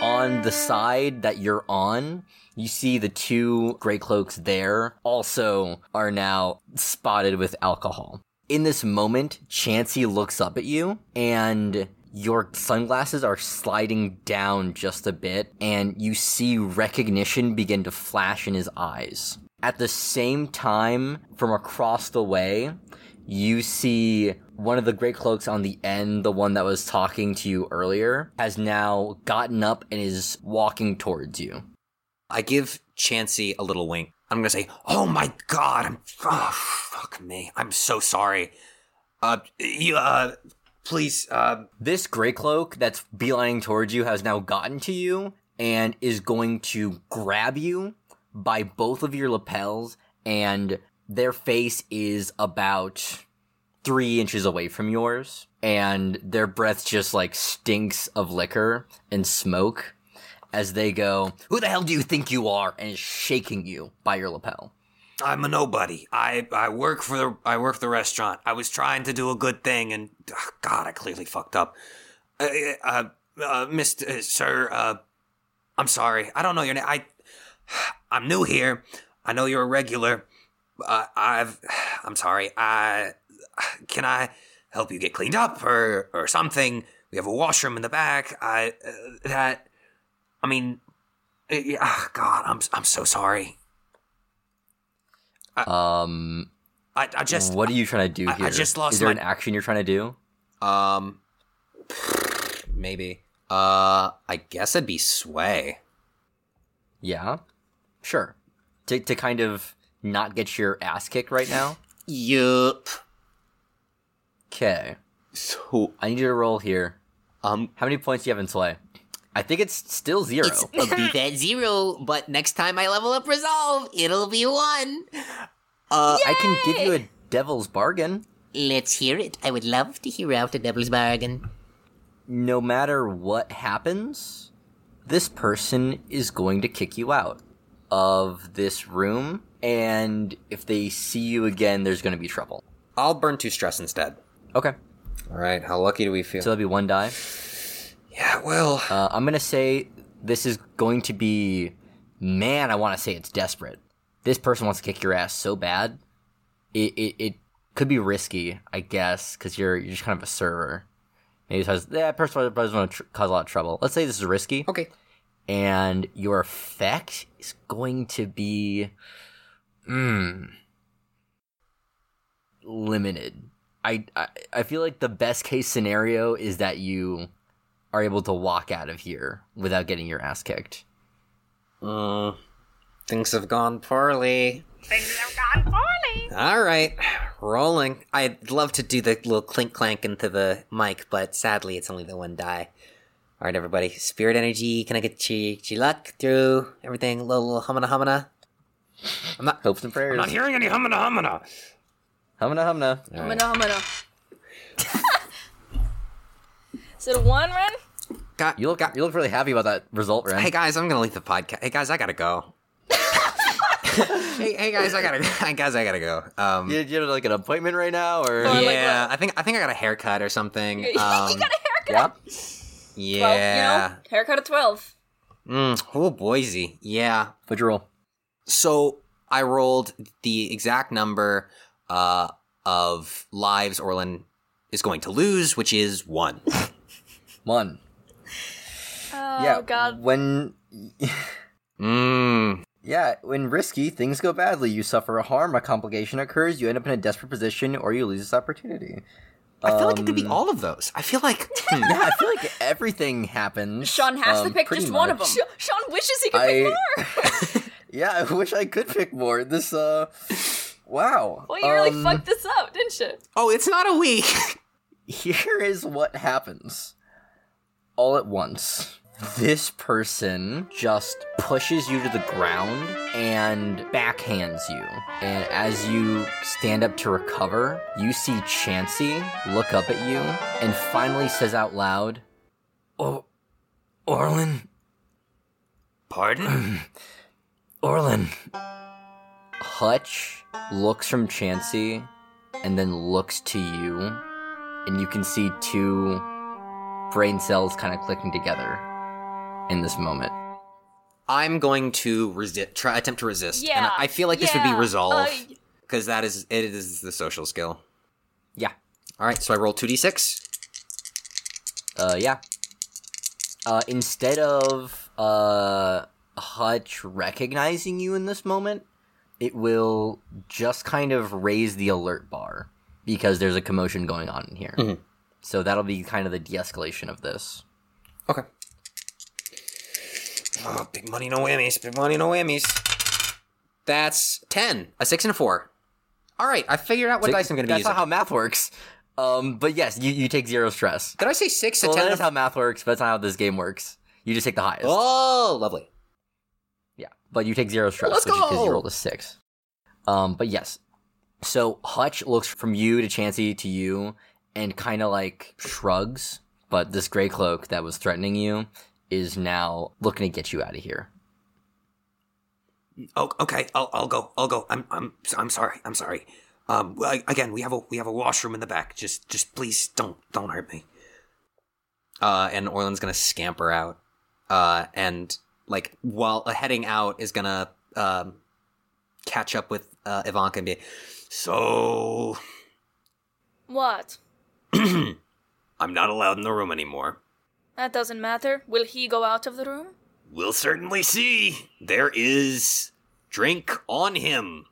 S1: On the side that you're on, you see the two gray cloaks there also are now spotted with alcohol. In this moment, Chansey looks up at you and your sunglasses are sliding down just a bit and you see recognition begin to flash in his eyes. At the same time, from across the way, you see one of the great cloaks on the end, the one that was talking to you earlier, has now gotten up and is walking towards you.
S5: I give Chansey a little wink. I'm gonna say, "Oh my god, I'm oh, fuck me. I'm so sorry.
S3: Uh, you, uh, please, uh,
S1: This gray cloak that's beelining towards you has now gotten to you and is going to grab you by both of your lapels, and their face is about three inches away from yours, and their breath just like stinks of liquor and smoke as they go, Who the hell do you think you are? and is shaking you by your lapel.
S3: I'm a nobody. I, I work for the I work for the restaurant. I was trying to do a good thing, and ah, God, I clearly fucked up. Uh, uh, uh, Mister uh, Sir, uh, I'm sorry. I don't know your name. I I'm new here. I know you're a regular. Uh, I've I'm sorry. I can I help you get cleaned up or or something? We have a washroom in the back. I uh, that I mean, uh, yeah, ah, God, I'm I'm so sorry.
S1: Um,
S3: I, I just
S1: what are you trying to do
S3: I- I
S1: here?
S3: just lost
S1: Is there
S3: my-
S1: an action you're trying to do?
S5: Um, maybe. Uh, I guess it'd be sway.
S1: Yeah, sure. To to kind of not get your ass kicked right now.
S5: Yup.
S1: Okay,
S5: So
S1: I need you to roll here.
S5: um,
S1: How many points do you have in Slay? I think it's still zero. Uh,
S5: it's a beat at zero, but next time I level up resolve, it'll be one. Uh,
S1: I can give you a devil's bargain.
S5: let's hear it. I would love to hear out a devil's bargain.
S1: No matter what happens, this person is going to kick you out of this room, and if they see you again, there's going to be trouble.
S5: I'll burn two stress instead.
S1: Okay,
S5: All right. How lucky do we feel?
S1: so that'll be one die.
S3: yeah. Well,
S1: Uh, I'm gonna say this is going to be. Man, I want to say it's desperate. This person wants to kick your ass so bad. It it, it could be risky, I guess, because you're you're just kind of a server. Maybe it has that person doesn't want to tr- cause a lot of trouble. Let's say this is risky,
S5: okay.
S1: and your effect is going to be, mm, limited. I, I I feel like the best case scenario is that you are able to walk out of here without getting your ass kicked.
S5: Uh, things have gone poorly. Things have gone poorly. All right, rolling. I'd love to do the little clink clank into the mic, but sadly, it's only the one die. All right, everybody. Spirit energy. Can I get chi chi luck through everything? Little, little humana humana.
S1: Hopes and prayers.
S3: I'm not hearing any humana humana.
S1: Humna humna.
S5: All
S4: I'm
S5: right.
S4: gonna, I'm gonna.
S2: Is it a one, Ren?
S5: Got-
S1: You look you look really happy about that result, Ren.
S5: Hey guys, I'm gonna leave the podcast. Hey guys, I gotta go. hey, hey guys, I gotta. Hey guys, I gotta go. Um,
S1: you, you have like an appointment right now, or
S2: Or, like,
S5: yeah, I think I think I got a haircut or something.
S2: you got a
S5: Um,
S2: haircut.
S1: yeah.
S5: yeah.
S4: Well, you know, haircut of 12.
S5: Mm, oh, Boise. Yeah.
S1: What'd you roll?
S5: So I rolled the exact number uh, of lives Orlin is going to lose, which is one.
S1: One.
S2: Oh
S1: yeah.
S2: God.
S1: When
S5: Mm.
S1: yeah, when risky things go badly, you suffer a harm, a complication occurs, you end up in a desperate position, or you lose this opportunity.
S5: I feel like it could be
S1: Um,
S5: all of those. I feel like. hmm.
S1: Yeah, I feel like everything happens.
S4: Sean has to
S1: um,
S4: pick
S1: pretty
S4: just one of
S1: much.
S4: them.
S2: Sh- Sean wishes he could pick
S1: I
S2: more.
S1: yeah, I wish I could pick more. This uh, wow.
S2: Well, you really
S1: Um,
S2: fucked this up, didn't you?
S5: Oh, it's not a week.
S1: here is what happens all at once this person just pushes you to the ground and backhands you and as you stand up to recover you see chansey look up at you and finally says out loud oh orlin
S3: Pardon?
S1: orlin hutch looks from chansey and then looks to you and you can see two brain cells kind of clicking together in this moment.
S5: I'm going to resist. Try attempt to resist.
S2: Yeah.
S5: And I feel like this would be
S2: yeah,
S5: resolve
S2: uh,
S5: because that is it is the social skill.
S1: Yeah.
S5: All right, so I roll two d six.
S1: Uh, yeah. Uh, instead of uh Hutch recognizing you in this moment, it will just kind of raise the alert bar because there's a commotion going on in here.
S5: Mhm.
S1: So that'll be kind of the de-escalation of this.
S5: Okay.
S3: Oh, big money, no whammies. Big money, no whammies.
S5: That's 10, a 6 and a 4. All right, I figured out what dice I'm going to be
S1: That's
S5: using.
S1: not how math works. Um, but yes, you, you take zero stress.
S5: Did I say 6, a
S1: Well,
S5: 10?
S1: that
S5: and
S1: is
S5: a-
S1: how math works, but that's not how this game works. You just take the highest.
S5: oh, lovely.
S1: Yeah, but you take zero stress,
S5: Let's
S1: which is because
S5: go!
S1: you rolled a six. Um, but yes, so Hutch looks from you to Chansey to you and kind of like shrugs. But this gray cloak that was threatening you is now looking to get you out of here.
S3: Oh, okay. I'll, I'll go. I'll go. I'm I'm I'm sorry. I'm sorry. Um, I, again, we have a we have a washroom in the back. Just just please don't don't hurt me.
S5: uh, and Orland's gonna scamper out, uh, and like while uh, heading out is gonna um, catch up with uh, Ivanka and be,
S3: So
S2: What?
S3: I'm not allowed in the room anymore.
S2: That doesn't matter. Will he go out of the room?
S3: We'll certainly see. There is drink on him.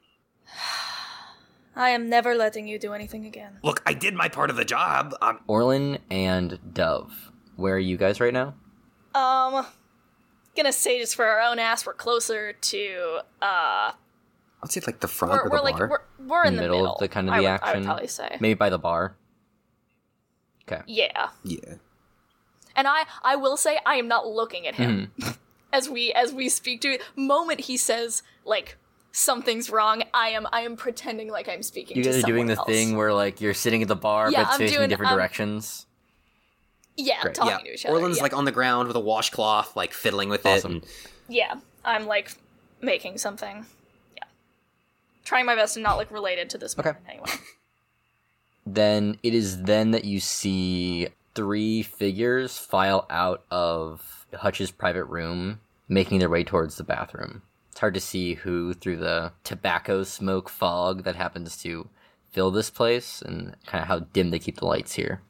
S2: I am never letting you do anything again.
S3: Look, I did my part of the job. Um,
S1: Orlin and Dove, where are you guys right now?
S2: Um, gonna say just for our own ass, we're closer to uh,
S5: I'd say like the front
S2: we're,
S5: or the
S2: we're like
S5: bar.
S2: we're, we're in the middle,
S1: of the kind of
S2: I
S1: the
S2: would-
S1: action.
S2: I would probably say.
S1: Maybe by the bar. Okay.
S2: Yeah,
S5: yeah.
S2: and I I will say I am not looking at him
S1: Mm-hmm.
S2: as we as we speak to. Moment he says like something's wrong, I am I am pretending like I'm speaking.
S1: You
S2: to
S1: guys are doing
S2: someone
S1: the
S2: else.
S1: thing where like you're sitting at the bar
S2: Yeah,
S1: but
S2: I'm
S1: facing
S2: doing-
S1: different
S2: I'm-
S1: directions.
S2: Yeah,
S1: Great.
S2: talking
S5: Yeah,
S2: to each other.
S5: Orland's
S2: yeah.
S5: like on the ground with a washcloth, like fiddling with
S1: Awesome.
S5: it. and-
S2: yeah, I'm like making something. Yeah, trying my best to not look related to this
S1: Okay.
S2: moment anyway.
S1: then it is then that you see three figures file out of Hutch's private room, making their way towards the bathroom. It's hard to see who through the tobacco smoke fog that happens to fill this place and kind of how dim they keep the lights here.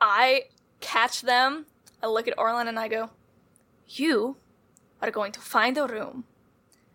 S2: I catch them. I look at Orlan and I go, You are going to find a room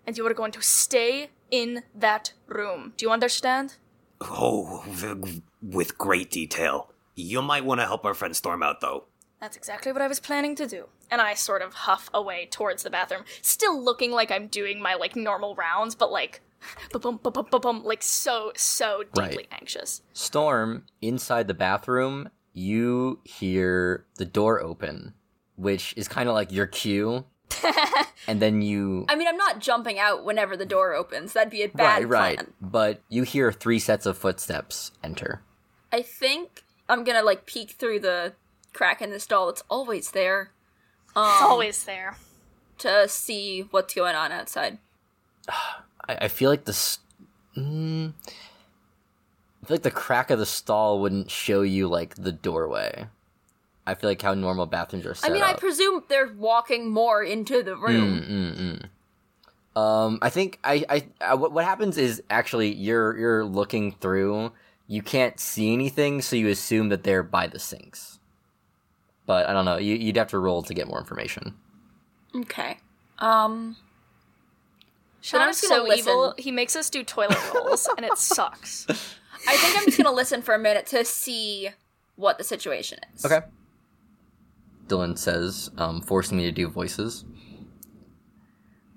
S2: and you are going to stay in that room. Do you understand?
S3: oh, v- with great detail. You might want to help our friend Storm out, though.
S2: That's exactly what I was planning to do. And I sort of huff away towards the bathroom, still looking like I'm doing my like normal rounds, but like ba-bum, ba-bum, ba-bum, like so, so deeply anxious.
S1: Storm, inside the bathroom, you hear the door open, which is kind of like your cue. and then you.
S4: I mean, I'm not jumping out whenever the door opens. That'd be a bad
S1: right, right.
S4: plan.
S1: But you hear three sets of footsteps enter.
S4: I think I'm gonna like peek through the crack in this doll. It's always there. Um,
S2: It's always there.
S4: to see what's going on outside.
S1: I, I feel like the. s- Mm, I feel like the crack of the stall wouldn't show you, like, the doorway. I feel like how normal bathrooms are set
S4: I mean, I
S1: up.
S4: presume they're walking more into the room.
S1: Um, I think I, I, I what, what happens is actually you're you're looking through. You can't see anything, so you assume that they're by the sinks. But I don't know. You, you'd have to roll to get more information. Hmm.
S4: Okay. Um. Then
S2: Sean
S4: I'm
S2: is
S4: just gonna
S2: so evil.
S4: listen.
S2: He makes us do toilet rolls, and it sucks.
S4: I think I'm just gonna listen for a minute to see what the situation is.
S1: Dylan says, um, forcing me to do voices.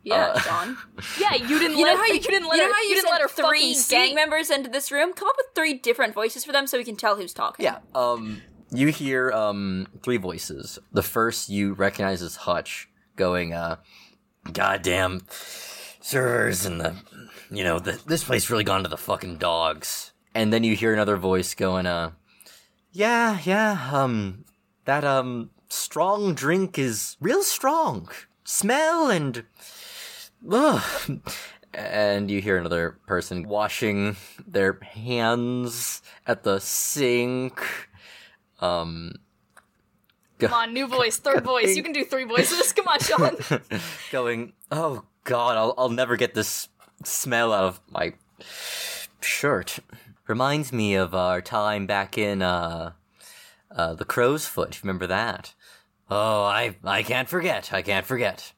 S4: Yeah,
S1: Uh,
S4: John.
S2: Yeah, you didn't
S4: You
S2: let
S4: know how you,
S2: you didn't let
S4: you
S2: her,
S4: know how you,
S2: you didn't
S4: said
S2: let her
S4: three
S2: fucking
S4: gang
S2: see.
S4: members into this room. Come up with three different voices for them so we can tell who's talking.
S1: Yeah. Um, you hear um three voices. The first you recognize is Hutch going, uh, "Goddamn servers and the, you know, the, this place really gone to the fucking dogs." And then you hear another voice going, "Uh, yeah, yeah, um, that um strong drink is real strong smell and." Ugh. And you hear another person washing their hands at the sink. Um,
S2: Come on, new voice, third voice. You can do three voices. Come on, Sean.
S1: going, oh god, I'll, I'll never get this smell out of my shirt. Reminds me of our time back in uh, uh, the Crow's Foot. if you Remember that? Oh, I I can't forget. I can't forget.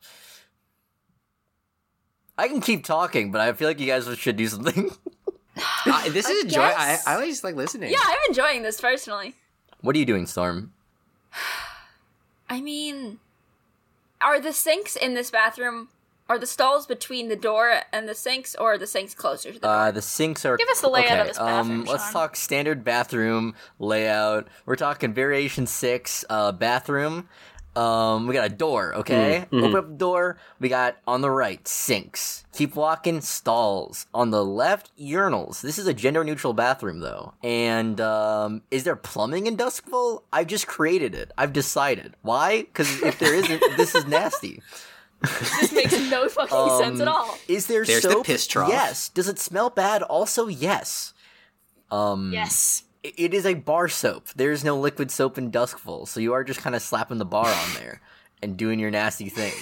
S1: I can keep talking, but I feel like you guys should do something.
S5: I, I, this is enjoy. I,
S4: guess.
S5: I always like listening.
S4: Yeah, I'm enjoying this personally.
S1: What are you doing, Storm?
S4: I mean, are the sinks in this bathroom? Are the stalls between the door and the sinks, or are the sinks closer to the
S1: Uh, the sinks are.
S2: Give us the layout of
S1: okay,
S2: this bathroom,
S1: Um, let's
S2: Sean.
S1: talk standard bathroom layout. We're talking variation six uh, bathroom. Um, we got a door. Okay, open up the door. We got on the right sinks. Keep walking stalls. On the left urinals. This is a gender neutral bathroom though. And um, is there plumbing in Duskful? I've just created it. I've decided why. Because if there isn't, this is nasty.
S2: This makes no fucking sense at
S1: Um,
S2: all.
S1: Is there
S5: There's the
S1: soap?
S5: piss trough.
S1: Yes. Does it smell bad? Also, yes. Um,
S2: Yes.
S1: i- It is a bar soap. There is no liquid soap in Duskful, so you are just kind of slapping the bar on there and doing your nasty thing.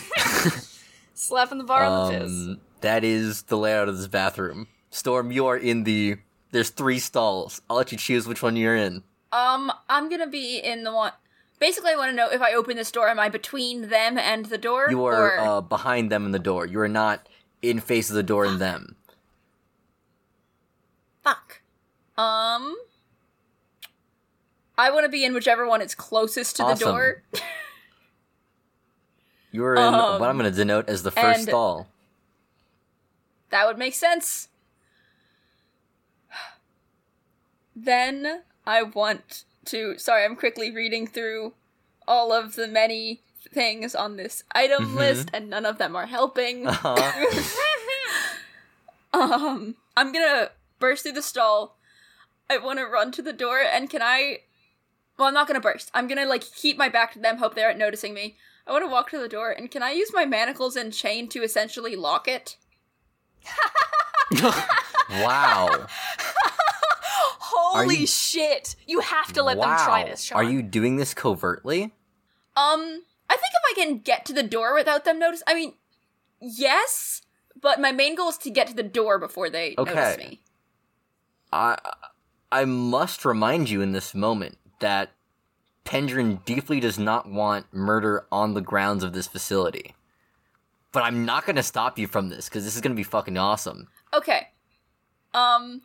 S2: Slapping the bar on the fizz.
S1: Um, that is the layout of this bathroom. Storm, you are in the. There's three stalls. I'll let you choose which one you're in.
S4: Um, I'm gonna be in the one. Basically, I want to know if I open this door, am I between them and the door?
S1: You
S4: or...
S1: are uh, behind them in the door. You are not in face of the door in them.
S4: fuck. Um, I want to be in whichever one is closest to
S1: Awesome.
S4: the door.
S1: You are in
S4: Um,
S1: what I'm going to denote as the first
S4: and-
S1: stall.
S4: That would make sense. Then I want to. Sorry, I'm quickly reading through all of the many things on this item list, and none of them are helping.
S1: Uh-huh.
S4: um, I'm gonna burst through the stall. I want to run to the door, and can I? Well, I'm not gonna burst. I'm gonna like keep my back to them, hope they aren't noticing me. I want to walk to the door, and can I use my manacles and chain to essentially lock it?
S1: wow.
S2: Holy
S1: you-
S2: shit! You have to let them try this, Sean.
S1: Are you doing this covertly?
S4: Um, I think if I can get to the door without them notice, I mean, yes, but my main goal is to get to the door before they
S1: Okay.
S4: notice me.
S1: I I must remind you in this moment that Pendrin deeply does not want murder on the grounds of this facility. But I'm not going to stop you from this because this is going to be fucking awesome.
S4: Okay. Um,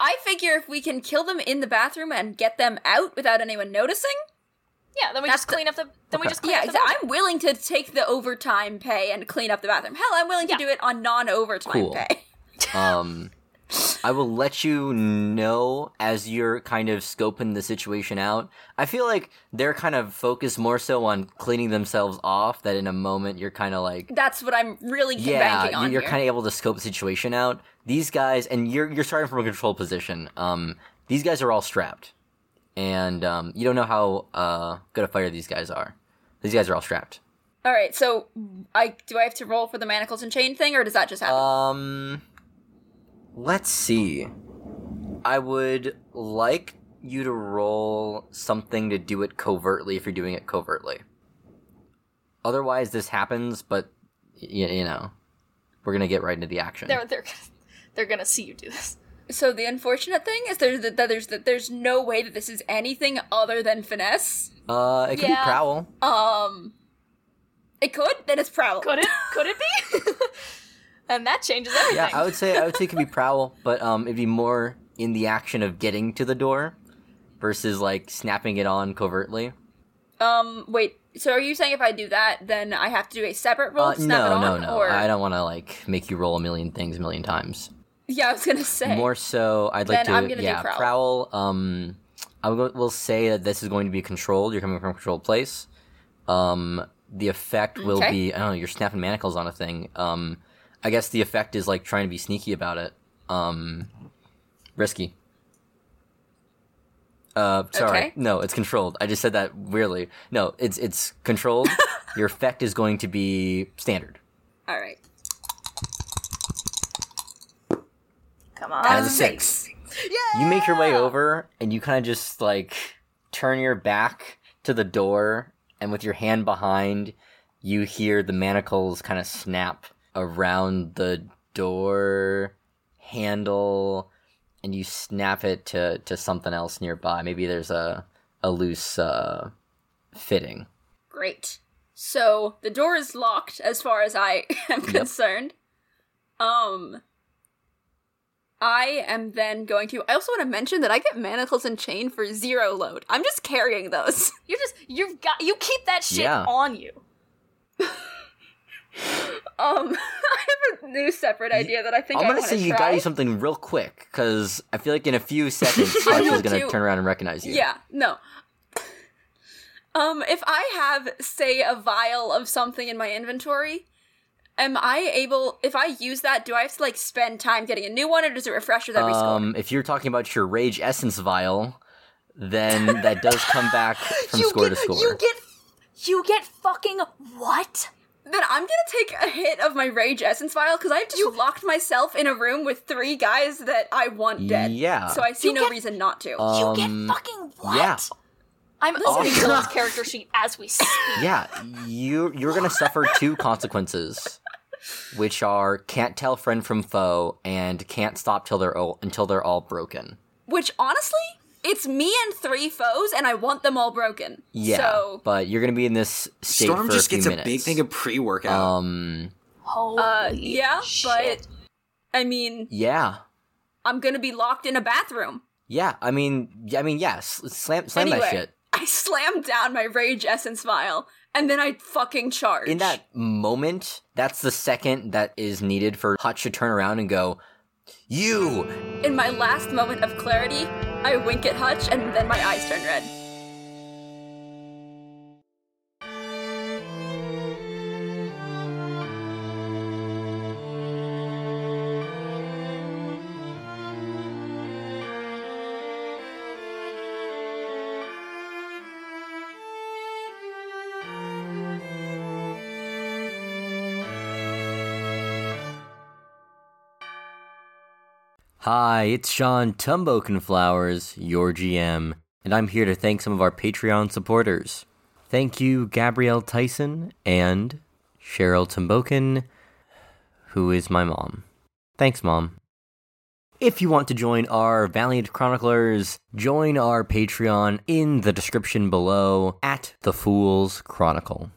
S4: I figure if we can kill them in the bathroom and get them out without anyone noticing,
S2: Yeah, then we
S4: That's
S2: just
S4: the-
S2: clean up the. Then we
S1: Okay.
S2: just clean
S4: yeah,
S2: up the
S4: exa- I'm willing to take the overtime pay and clean up the bathroom. Hell, I'm willing
S2: Yeah.
S4: to do it on non-overtime
S1: Cool.
S4: pay.
S1: Um I will let you know as you're kind of scoping the situation out. I feel like they're kind of focused more so on cleaning themselves off that in a moment you're kind of like
S4: That's what I'm really
S1: yeah,
S4: banking on
S1: you're
S4: here.
S1: kind of able to scope the situation out. These guys, and you're you're starting from a control position. Um, these guys are all strapped, and um, you don't know how uh good a fighter these guys are. These guys are all strapped.
S4: All right, so I do I have to roll for the manacles and chain thing, or does that just happen?
S1: Um, let's see. I would like you to roll something to do it covertly if you're doing it covertly. Otherwise, this happens, but y- you know, we're gonna get right into the action.
S2: They're they're they're gonna see you do this.
S4: So the unfortunate thing is there's that there's that there's no way that this is anything other than finesse.
S1: Uh, it could
S2: Yeah.
S1: be prowl.
S4: Um, it could. Then it's prowl.
S2: Could it? Could it be? and that changes everything.
S1: Yeah, I would say I would say it could be prowl, but um, it'd be more in the action of getting to the door versus like snapping it on covertly.
S4: Um, wait. So are you saying if I do that, then I have to do a separate roll?
S1: Uh,
S4: to snap it
S1: no, no,
S4: on,
S1: no.
S4: Or...
S1: I don't want to like make you roll a million things a million times.
S4: Yeah, I was gonna say.
S1: More so, I'd like
S4: Then
S1: to.
S4: I'm gonna do
S1: yeah,
S4: prowl.
S1: Um, I will will say that this is going to be controlled. You're coming from a controlled place. Um, the effect will
S4: Okay.
S1: be I don't know. You're snapping manacles on a thing. Um, I guess the effect is like trying to be sneaky about it. Um, risky. Uh, sorry.
S4: Okay.
S1: No, it's controlled. I just said that weirdly. No, it's it's controlled. Your effect is going to be standard.
S4: All right.
S2: Come on.
S4: Um,
S1: That is a six. You make your
S4: Ah.
S1: way over and you kind of just like turn your back to the door and with your hand behind you hear the manacles kind of snap around the door handle and you snap it to to something else nearby. Maybe there's a a loose uh fitting.
S4: Great. So the door is locked as far as I am concerned. Um I am then going to. I also want to mention that I get manacles and chain for zero load. I'm just carrying those.
S2: You just you've got you keep that shit
S1: Yeah.
S2: on you.
S4: Um, I have a new separate idea that I think
S1: I'm
S4: I
S1: gonna
S4: want
S1: say
S4: to
S1: you
S4: try.
S1: gotta do something real quick, because I feel like in a few seconds, Fletch
S4: will
S1: is gonna
S4: too.
S1: turn around and recognize you.
S4: Yeah, no. um, if I have, say, a vial of something in my inventory, am I able? If I use that, do I have to like spend time getting a new one, or does it refresh with every score?
S1: Um, if you're talking about your rage essence vial, then that does come back from
S2: you
S1: score
S2: get,
S1: to score.
S2: You get you get fucking what?
S4: Then I'm gonna take a hit of my rage essence vial because I've just locked myself in a room with three guys that I want dead.
S1: Yeah.
S4: So I see
S2: You
S4: no
S2: get-
S4: reason not to.
S2: you get
S1: Um,
S2: fucking what?
S1: yeah.
S2: I'm opening
S1: Oh,
S2: Dylan's character sheet as we speak.
S1: yeah, you you're gonna suffer two consequences, which are can't tell friend from foe and can't stop till they're all, until they're all broken.
S4: Which honestly, it's me and three foes, and I want them all broken.
S1: Yeah,
S4: So
S1: but you're gonna be in this state
S5: Storm
S1: for
S5: just
S1: a few
S5: gets
S1: minutes.
S5: a big thing of pre-workout.
S1: um,
S2: Holy
S4: uh, yeah,
S2: shit.
S4: but I mean,
S1: yeah,
S4: I'm gonna be locked in a bathroom.
S1: yeah. I mean, I mean, yes. slam, slam
S4: anyway,
S1: that shit.
S4: I slammed down my rage essence vial, and then I fucking charge.
S1: In that moment, that's the second that is needed for Hutch to turn around and go, "You."
S4: in my last moment of clarity, I wink at Hutch, and then my eyes turn red.
S1: Hi, it's Sean Tumbokenflowers, your GM, and I'm here to thank some of our Patreon supporters. Thank you, Gabrielle Tyson and Cheryl Tumboken, who is my mom. Thanks, Mom. If you want to join our Valiant Chroniclers, join our Patreon in the description below at The Fool's Chronicle.